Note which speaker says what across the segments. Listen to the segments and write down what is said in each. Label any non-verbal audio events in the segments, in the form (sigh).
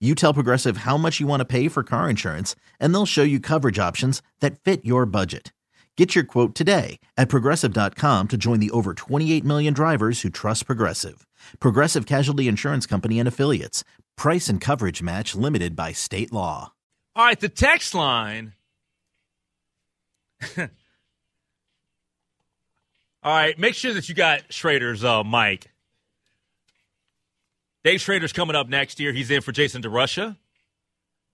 Speaker 1: You tell Progressive how much you want to pay for car insurance, and they'll show you coverage options that fit your budget. Get your quote today at progressive.com to join the over 28 million drivers who trust Progressive. Progressive Casualty Insurance Company and Affiliates. Price and coverage match limited by state law.
Speaker 2: All right, the text line. (laughs) All right, make sure that you got Schrader's uh, mic. Dave Schrader's coming up next year. He's in for Jason DeRussia.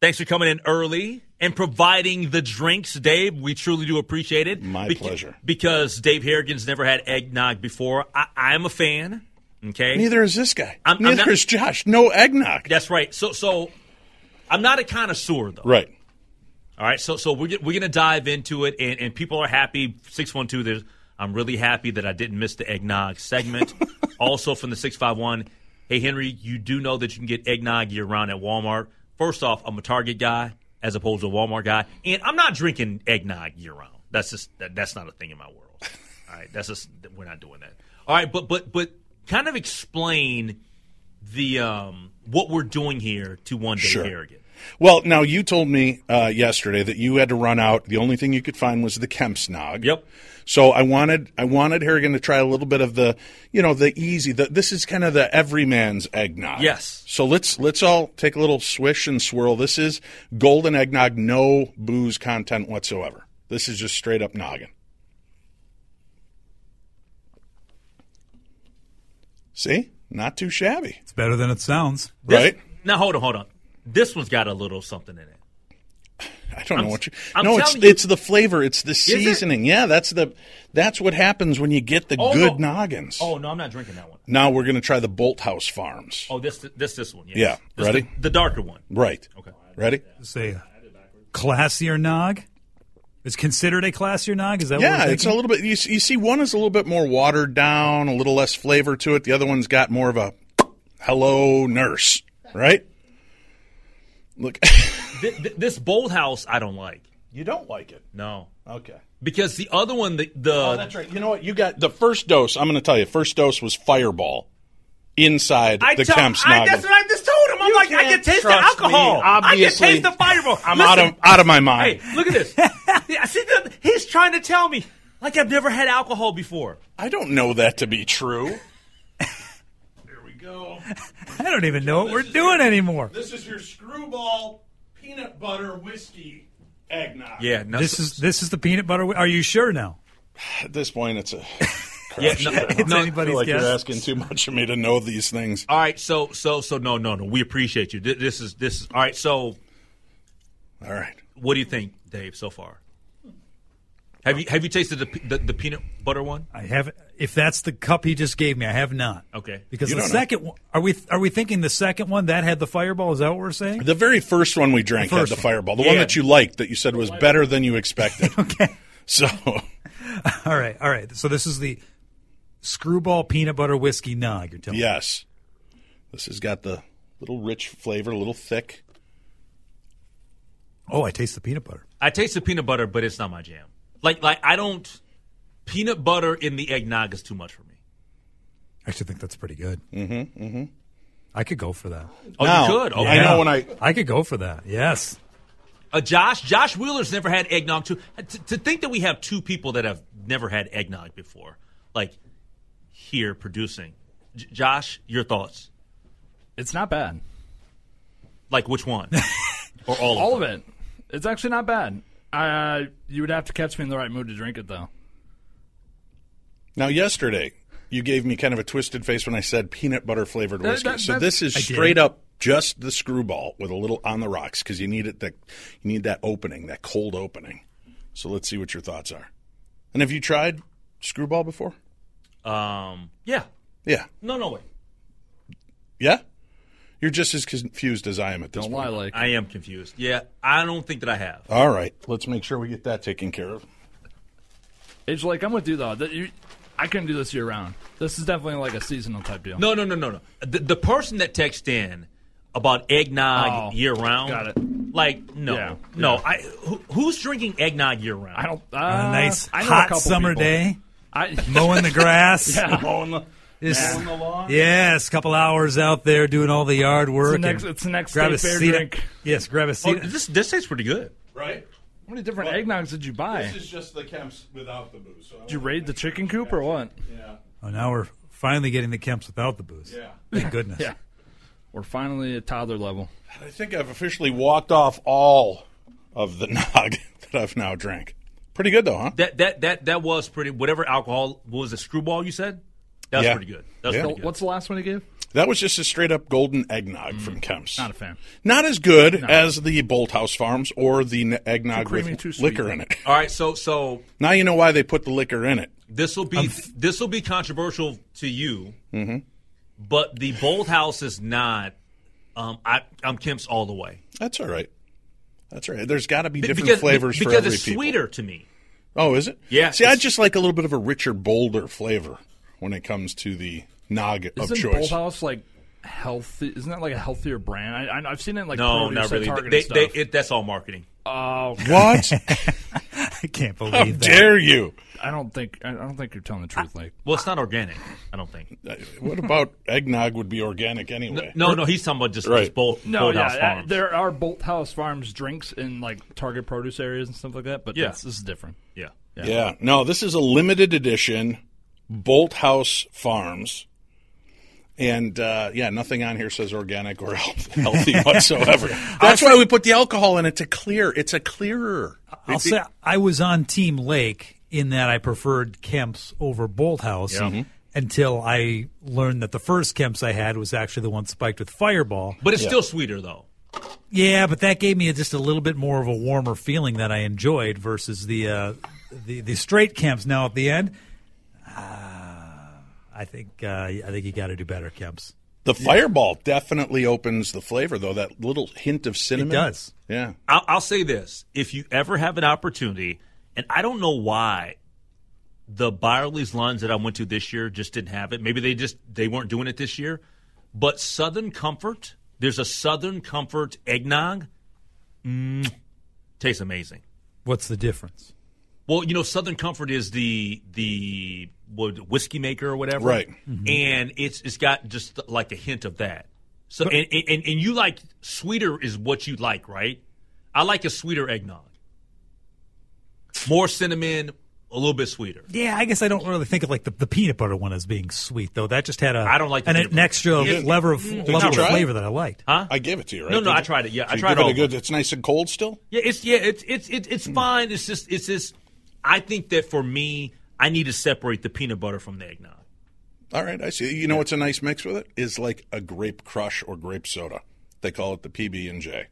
Speaker 2: Thanks for coming in early and providing the drinks, Dave. We truly do appreciate it.
Speaker 3: My
Speaker 2: Bec-
Speaker 3: pleasure.
Speaker 2: Because Dave Harrigan's never had eggnog before. I- I'm a fan. Okay.
Speaker 3: Neither is this guy.
Speaker 2: I'm- I'm
Speaker 3: Neither
Speaker 2: not-
Speaker 3: is Josh. No eggnog.
Speaker 2: That's right. So, so I'm not a connoisseur though.
Speaker 3: Right.
Speaker 2: All right, so so we're, we're going to dive into it, and, and people are happy. 612, there's, I'm really happy that I didn't miss the eggnog segment. also from the 651, hey, Henry, you do know that you can get eggnog year round at Walmart. First off, I'm a Target guy as opposed to a Walmart guy, and I'm not drinking eggnog year round. That's just that, that's not a thing in my world. All right, that's just we're not doing that. All right, but but but kind of explain the um, what we're doing here to one day
Speaker 3: Sure.
Speaker 2: Harrigan.
Speaker 3: Well, now you told me uh, yesterday that you had to run out. The only thing you could find was the Kempsnog.
Speaker 2: Yep.
Speaker 3: So I wanted I wanted Harrigan to try a little bit of the you know the easy. The, this is kind of the everyman's eggnog.
Speaker 2: Yes.
Speaker 3: So let's let's all take a little swish and swirl. This is golden eggnog, no booze content whatsoever. This is just straight up noggin. See, not too shabby,
Speaker 4: It's better than it sounds.
Speaker 2: This-
Speaker 3: right?
Speaker 2: Now hold on, hold on. This one's got a little something in it.
Speaker 3: I don't know what you.
Speaker 2: I'm
Speaker 3: no, it's
Speaker 2: telling you-
Speaker 3: it's the flavor. It's the
Speaker 2: it?
Speaker 3: seasoning. Yeah, that's the that's what happens when you get the
Speaker 2: Oh,
Speaker 3: good
Speaker 2: no.
Speaker 3: noggins.
Speaker 2: Oh no, I'm not drinking that one.
Speaker 3: Now we're gonna try the Bolt House Farms.
Speaker 2: Oh, this this this one. Yes.
Speaker 3: Yeah,
Speaker 2: This
Speaker 3: ready?
Speaker 2: The, the darker one.
Speaker 3: Right.
Speaker 2: Okay.
Speaker 3: Ready?
Speaker 4: Say, classier nog. It's considered a classier nog. Is that what
Speaker 3: Yeah,
Speaker 4: we're
Speaker 3: it's a
Speaker 4: thinking?
Speaker 3: little bit. You, s- you see, one is a little bit more watered down, a little less flavor to it. The other one's got more of a hello nurse, right? Look, (laughs)
Speaker 2: Th- th- this bold house I don't like.
Speaker 3: you don't like it.
Speaker 2: No,
Speaker 3: Okay.
Speaker 2: because the other one, the the
Speaker 3: Oh, that's right. You know what? You got the first dose. I'm going to tell you. First dose was Fireball inside
Speaker 2: I
Speaker 3: the
Speaker 2: tell-
Speaker 3: Kemp's
Speaker 2: I,
Speaker 3: noggin.
Speaker 2: That's what I just told him. I'm like, I can
Speaker 3: can't
Speaker 2: taste the
Speaker 3: trust me,
Speaker 2: alcohol. I can
Speaker 3: obviously.
Speaker 2: taste the fireball.
Speaker 3: I'm
Speaker 2: Listen,
Speaker 3: out of out of my mind.
Speaker 2: Hey, look at
Speaker 3: (laughs)
Speaker 2: this. yeah, see, the, he's trying to tell me like I've never had alcohol before.
Speaker 3: I don't know that to be true. there we go.
Speaker 4: I don't even know what we're doing anymore.
Speaker 3: This is your screwball peanut butter whiskey eggnog.
Speaker 2: Yeah, no,
Speaker 4: This is this is the peanut butter. wi- Are you sure now?
Speaker 3: At this point, it's a.
Speaker 2: yeah, no,
Speaker 3: (laughs)
Speaker 4: It's
Speaker 2: no,
Speaker 3: I
Speaker 4: anybody's (laughs)
Speaker 3: feel like
Speaker 4: guess.
Speaker 3: you're asking too much of me to know these things.
Speaker 2: All right, so so so no no no. We appreciate you. Th- This is this is all right. So
Speaker 3: All right.
Speaker 2: what do you think, Dave? So far, have you have you tasted the pe- the, the peanut butter one?
Speaker 4: I have. If that's the cup he just gave me, I have not.
Speaker 2: Okay.
Speaker 4: Because
Speaker 3: You
Speaker 4: the
Speaker 3: don't know.
Speaker 4: second one, are we are we thinking the second one that had the fireball? Is that what we're saying?
Speaker 3: (laughs) The very first one we drank
Speaker 4: The
Speaker 3: had
Speaker 4: first
Speaker 3: the
Speaker 4: one.
Speaker 3: fireball, the one
Speaker 2: Yeah.
Speaker 3: that you liked that you said was better than you expected. okay. So, (laughs)
Speaker 4: All right, all right. So this is the screwball peanut butter whiskey nog. You're telling me.
Speaker 3: yes, this has got the little rich flavor, a little thick.
Speaker 4: Oh, I taste the peanut butter.
Speaker 2: I taste the peanut butter, but it's not my jam. Like like I don't peanut butter in the eggnog is too much for me.
Speaker 4: I actually think that's pretty good. Mm-hmm. Mm-hmm. I could go for that.
Speaker 2: Oh,
Speaker 3: Now,
Speaker 2: you could. Okay.
Speaker 3: I know when I-
Speaker 4: I could go for that. Yes.
Speaker 2: Uh, Josh Josh Wheeler's never had eggnog too. To, to think that we have two people that have never had eggnog before, like here producing. J- Josh, your thoughts?
Speaker 5: It's not bad.
Speaker 2: Like which one? or all of
Speaker 5: All
Speaker 2: them?
Speaker 5: of it. It's actually not bad. Uh, you would have to catch me in the right mood to drink it, though.
Speaker 3: Now, yesterday, you gave me kind of a twisted face when I said peanut butter flavored
Speaker 5: That-
Speaker 3: whiskey.
Speaker 5: that-
Speaker 3: so
Speaker 5: that-
Speaker 3: this is
Speaker 4: I did.
Speaker 3: straight up Just the screwball with a little on the rocks because you need it that you need that opening, that cold opening. So let's see what your thoughts are. And have you tried screwball before?
Speaker 2: Um, yeah.
Speaker 3: Yeah,
Speaker 2: No, no way.
Speaker 3: yeah. You're just as confused as I am at this
Speaker 5: Don't
Speaker 3: point.
Speaker 5: lie like.
Speaker 2: I am confused. Yeah, I don't think that I have.
Speaker 3: All right, let's make sure we get that taken care of.
Speaker 5: Age like I'm with you though. That you, I couldn't do this year round. This is definitely like a seasonal type deal.
Speaker 2: No, no, no, no, no. The, the person that texted in about eggnog
Speaker 5: Oh,
Speaker 2: year round.
Speaker 5: got it.
Speaker 2: Like no,
Speaker 5: Yeah,
Speaker 2: no. I who, who's drinking eggnog year round?
Speaker 5: I don't. Uh,
Speaker 4: On a nice
Speaker 5: I know a
Speaker 4: hot
Speaker 5: couple
Speaker 4: summer
Speaker 5: people.
Speaker 4: day,
Speaker 5: I, (laughs)
Speaker 4: mowing the grass.
Speaker 5: (laughs) yeah, mowing the,
Speaker 4: Just-
Speaker 5: mowing the lawn.
Speaker 4: Yes, couple hours out there doing all the yard work.
Speaker 5: the next-
Speaker 4: and
Speaker 5: it's the next
Speaker 4: grab a
Speaker 5: state fair
Speaker 4: seat.
Speaker 5: drink.
Speaker 4: Yes, grab a
Speaker 2: Oh,
Speaker 4: seat.
Speaker 2: this this tastes pretty good.
Speaker 3: Right.
Speaker 5: How many different eggnogs did you buy? Did
Speaker 3: is just the Kemps without the booze. So
Speaker 5: you raid the chicken coop or what?
Speaker 3: Yeah.
Speaker 4: oh, now we're finally getting the Kemps without the booze.
Speaker 3: Yeah.
Speaker 4: Thank goodness.
Speaker 5: (laughs) Yeah. We're finally at toddler level.
Speaker 3: I think I've officially walked off all of the (laughs) nog that I've now drank. Pretty good though, huh?
Speaker 2: That that that that was pretty. Whatever alcohol what was a screwball you said. That was
Speaker 3: Yeah.
Speaker 2: pretty good. That was
Speaker 3: Yeah.
Speaker 2: pretty good.
Speaker 5: What's the last one he gave?
Speaker 3: That was just a straight up golden eggnog from Kemps.
Speaker 5: Mm, Not a fan.
Speaker 3: Not as good as the Bolt House Farms or the n- eggnog
Speaker 5: creamy,
Speaker 3: with
Speaker 5: too sweet.
Speaker 3: liquor in it.
Speaker 2: All right, so so
Speaker 3: Now you know why they put the liquor in it.
Speaker 2: this will be this will be controversial to you, but the Bold House is not. Um, I I'm Kemp's all the way
Speaker 3: That's all right. That's all right. There's got to be
Speaker 2: Be-
Speaker 3: different
Speaker 2: because,
Speaker 3: flavors
Speaker 2: because
Speaker 3: for every
Speaker 2: it's
Speaker 3: people.
Speaker 2: sweeter to me.
Speaker 3: Oh, is it?
Speaker 2: Yeah,
Speaker 3: See, I
Speaker 2: it's-
Speaker 3: just like a little bit of a richer, bolder flavor when it comes to the nog of
Speaker 5: Isn't
Speaker 3: choice.
Speaker 5: Bullhouse like healthy? Isn't that like a healthier brand? I, I, I've seen it in, like
Speaker 2: No,
Speaker 5: produce
Speaker 2: not
Speaker 5: at
Speaker 2: really.
Speaker 5: Target
Speaker 2: They,
Speaker 5: and
Speaker 2: they,
Speaker 5: stuff.
Speaker 2: it, that's all marketing.
Speaker 5: oh,
Speaker 3: what?
Speaker 5: (laughs)
Speaker 4: I can't believe
Speaker 3: How
Speaker 4: that.
Speaker 3: dare you?
Speaker 5: I don't think I I don't think you're telling the truth. Like
Speaker 2: Well, it's not organic. I don't think.
Speaker 3: What about eggnog would be organic anyway?
Speaker 2: No, no, he's talking about just,
Speaker 3: Right.
Speaker 2: just both
Speaker 5: no, yeah,
Speaker 2: house
Speaker 5: I-
Speaker 2: farms.
Speaker 5: there are Bolt House Farms drinks in like Target produce areas and stuff like that. But
Speaker 2: Yeah.
Speaker 5: this, this is different.
Speaker 2: yeah, yeah.
Speaker 3: Yeah. No, this is a limited edition Bolt House Farms. And uh, yeah, nothing on here says organic or (laughs) health, healthy whatsoever. That's why we put the alcohol in it to clear. It's a clearer.
Speaker 4: I'll say I was on Team Lake in that I preferred Kemps over Bolt House
Speaker 5: Mm-hmm.
Speaker 4: until I learned that the first Kemps I had was actually the one spiked with Fireball.
Speaker 2: But it's still sweeter though.
Speaker 4: Yeah, but that gave me just a little bit more of a warmer feeling that I enjoyed versus the uh, the, the straight Kemps. Now at the end, uh, I think uh, I think you got to do better, Kemps.
Speaker 3: The fireball definitely opens the flavor, though. That little hint of cinnamon.
Speaker 4: does.
Speaker 3: Yeah.
Speaker 2: I'll, I'll say this: if you ever have an opportunity, and I don't know why the Byerly's lines that I went to this year just didn't have it. Maybe they just they weren't doing it this year. But Southern Comfort, there's a Southern Comfort eggnog. Mm, tastes amazing.
Speaker 4: What's the difference?
Speaker 2: Well, you know, Southern Comfort is the the what, whiskey maker or whatever,
Speaker 3: Right.
Speaker 2: And it's it's got just like a hint of that. So and, and and you like sweeter is what you like, right? I like a sweeter eggnog, more cinnamon, a little bit sweeter.
Speaker 4: Yeah, I guess I don't really think of like the, the peanut butter one as being sweet though. That just had a
Speaker 2: I don't like the
Speaker 4: an,
Speaker 2: peanut
Speaker 4: an
Speaker 2: butter.
Speaker 4: extra
Speaker 2: You didn't-
Speaker 4: level of level of
Speaker 3: try it?
Speaker 4: flavor that I liked.
Speaker 3: I gave it to you, right?
Speaker 2: No, no,
Speaker 3: Did
Speaker 2: I
Speaker 3: you?
Speaker 2: tried it. Yeah,
Speaker 3: So
Speaker 2: I
Speaker 3: you
Speaker 2: tried
Speaker 3: give it
Speaker 2: all
Speaker 3: a
Speaker 2: of
Speaker 3: good. Hmm.
Speaker 2: them.
Speaker 3: It's nice and cold still.
Speaker 2: Yeah, it's yeah, it's it's it's it's fine. It's just it's just I think that for me, I need to separate the peanut butter from the eggnog.
Speaker 3: All right, I see. You know what's a nice mix with it is like a grape crush or grape soda. They call it the PB and J.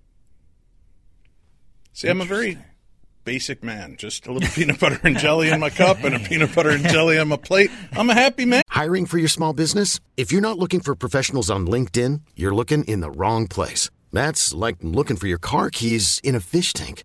Speaker 3: See, I'm a very basic man. Just a little (laughs) peanut butter and jelly in my cup and a peanut butter and jelly on my
Speaker 5: (laughs)
Speaker 3: plate. I'm a happy man.
Speaker 6: Hiring for your small business? If you're not looking for professionals on LinkedIn, you're looking in the wrong place. That's like looking for your car keys in a fish tank.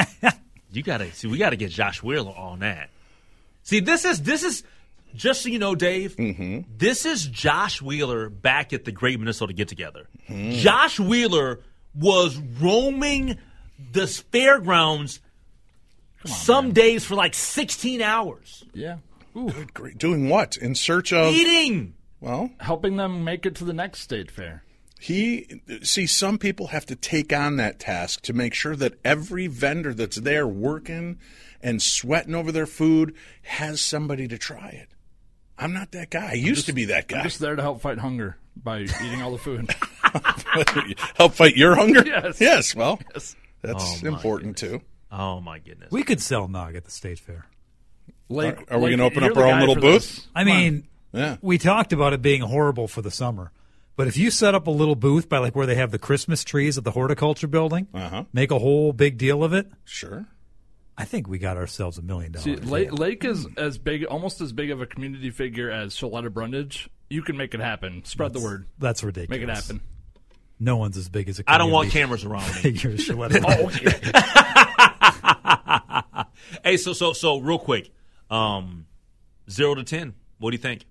Speaker 2: You gotta see. We gotta get Josh Wheeler on that. See, this is this is just so you know, Dave. This is Josh Wheeler back at the Great Minnesota Get Together. Josh Wheeler was roaming the fairgrounds some days for like 16 hours,
Speaker 5: Yeah.
Speaker 3: Good grief. Doing what? In search of.
Speaker 2: eating.
Speaker 3: Well,
Speaker 5: Helping them make it to the next state fair.
Speaker 3: he. See, some people have to take on that task to make sure that every vendor that's there working and sweating over their food has somebody to try it. I'm not that guy. I used to be that guy.
Speaker 5: Just there to help fight hunger by eating all
Speaker 3: (laughs)
Speaker 5: the food.
Speaker 3: Help fight your hunger?
Speaker 5: Yes.
Speaker 3: Yes, well, that's important too.
Speaker 2: Oh my goodness.
Speaker 4: We could sell nog at the state fair.
Speaker 5: Like,
Speaker 3: Are- are we gonna open
Speaker 5: you're
Speaker 3: up
Speaker 5: the
Speaker 3: our own
Speaker 5: guy
Speaker 3: little
Speaker 5: for
Speaker 3: booth?
Speaker 5: this.
Speaker 4: I mean,
Speaker 3: Yeah.
Speaker 4: we talked about it being horrible for the summer, but if you set up a little booth by like where they have the Christmas trees at the horticulture building,
Speaker 3: Uh-huh.
Speaker 4: make a whole big deal of it,
Speaker 3: Sure.
Speaker 4: I think we got ourselves a million
Speaker 5: See,
Speaker 4: dollars.
Speaker 5: Lake, Lake is as big, almost as big of a community figure as Shaletta Brundage. You can make it happen. Spread the word.
Speaker 4: That's ridiculous.
Speaker 5: Make it happen.
Speaker 4: No one's as big as a.
Speaker 2: I don't want Oh.
Speaker 4: community
Speaker 2: cameras around
Speaker 4: (laughs)
Speaker 2: me.
Speaker 4: figure as
Speaker 2: (laughs)
Speaker 4: Gillette Brand.
Speaker 2: Hey, so so so real quick, um, zero to ten. What do you think?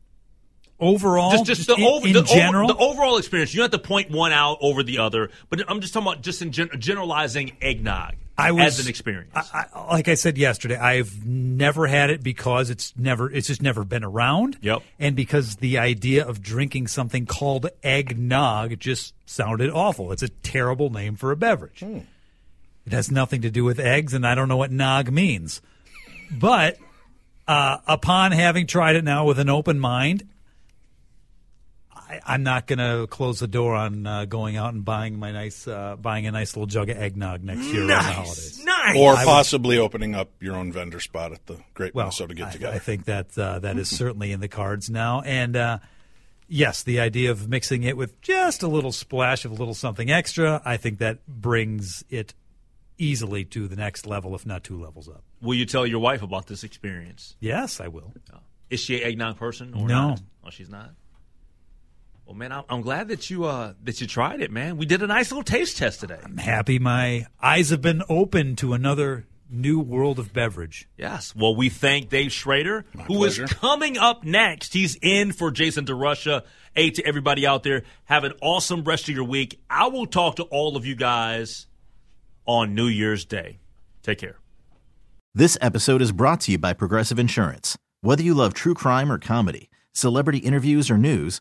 Speaker 4: Overall,
Speaker 2: Just just the
Speaker 4: in,
Speaker 2: over
Speaker 4: in
Speaker 2: the, over-
Speaker 4: general,
Speaker 2: the overall experience. You don't have to point one out over the other, but I'm just talking about just in gen- generalizing eggnog
Speaker 4: I was
Speaker 2: as an experience.
Speaker 4: I, I, like I said yesterday, I've never had it because it's never it's just never been around.
Speaker 2: Yep.
Speaker 4: And because the idea of drinking something called eggnog just sounded awful. It's a terrible name for a beverage.
Speaker 2: Hmm.
Speaker 4: It has nothing to do with eggs, and I don't know what nog means. But uh, upon having tried it now with an open mind, I, I'm not going to close the door on uh, going out and buying my nice uh, buying a nice little jug of eggnog next year around the holidays.
Speaker 2: nice.
Speaker 3: Or possibly opening up your own vendor spot at the Great
Speaker 4: well,
Speaker 3: Minnesota Get
Speaker 4: I-
Speaker 3: Together.
Speaker 4: I, think that uh,
Speaker 3: (laughs)
Speaker 4: that is certainly in the cards now, and uh, yes, the idea of mixing it with just a little splash of a little something extra, I think that brings it easily to the next level, if not two levels up.
Speaker 2: Will you tell your wife about this experience?
Speaker 4: Yes, I will.
Speaker 2: Is she an eggnog person or
Speaker 4: No.
Speaker 2: not? Oh, she's not. Well, man, I'm, I'm glad that you uh, that you tried it, man. We did a nice little taste test today.
Speaker 4: I'm happy. My eyes have been open to another new world of beverage.
Speaker 2: Yes. Well, we thank Dave Schrader, who is
Speaker 3: pleasure.
Speaker 2: coming up next. He's in for Jason DeRussia. Hey, to everybody out there, have an awesome rest of your week. I will talk to all of you guys on New Year's Day. Take care.
Speaker 1: This episode is brought to you by Progressive Insurance. Whether you love true crime or comedy, celebrity interviews or news,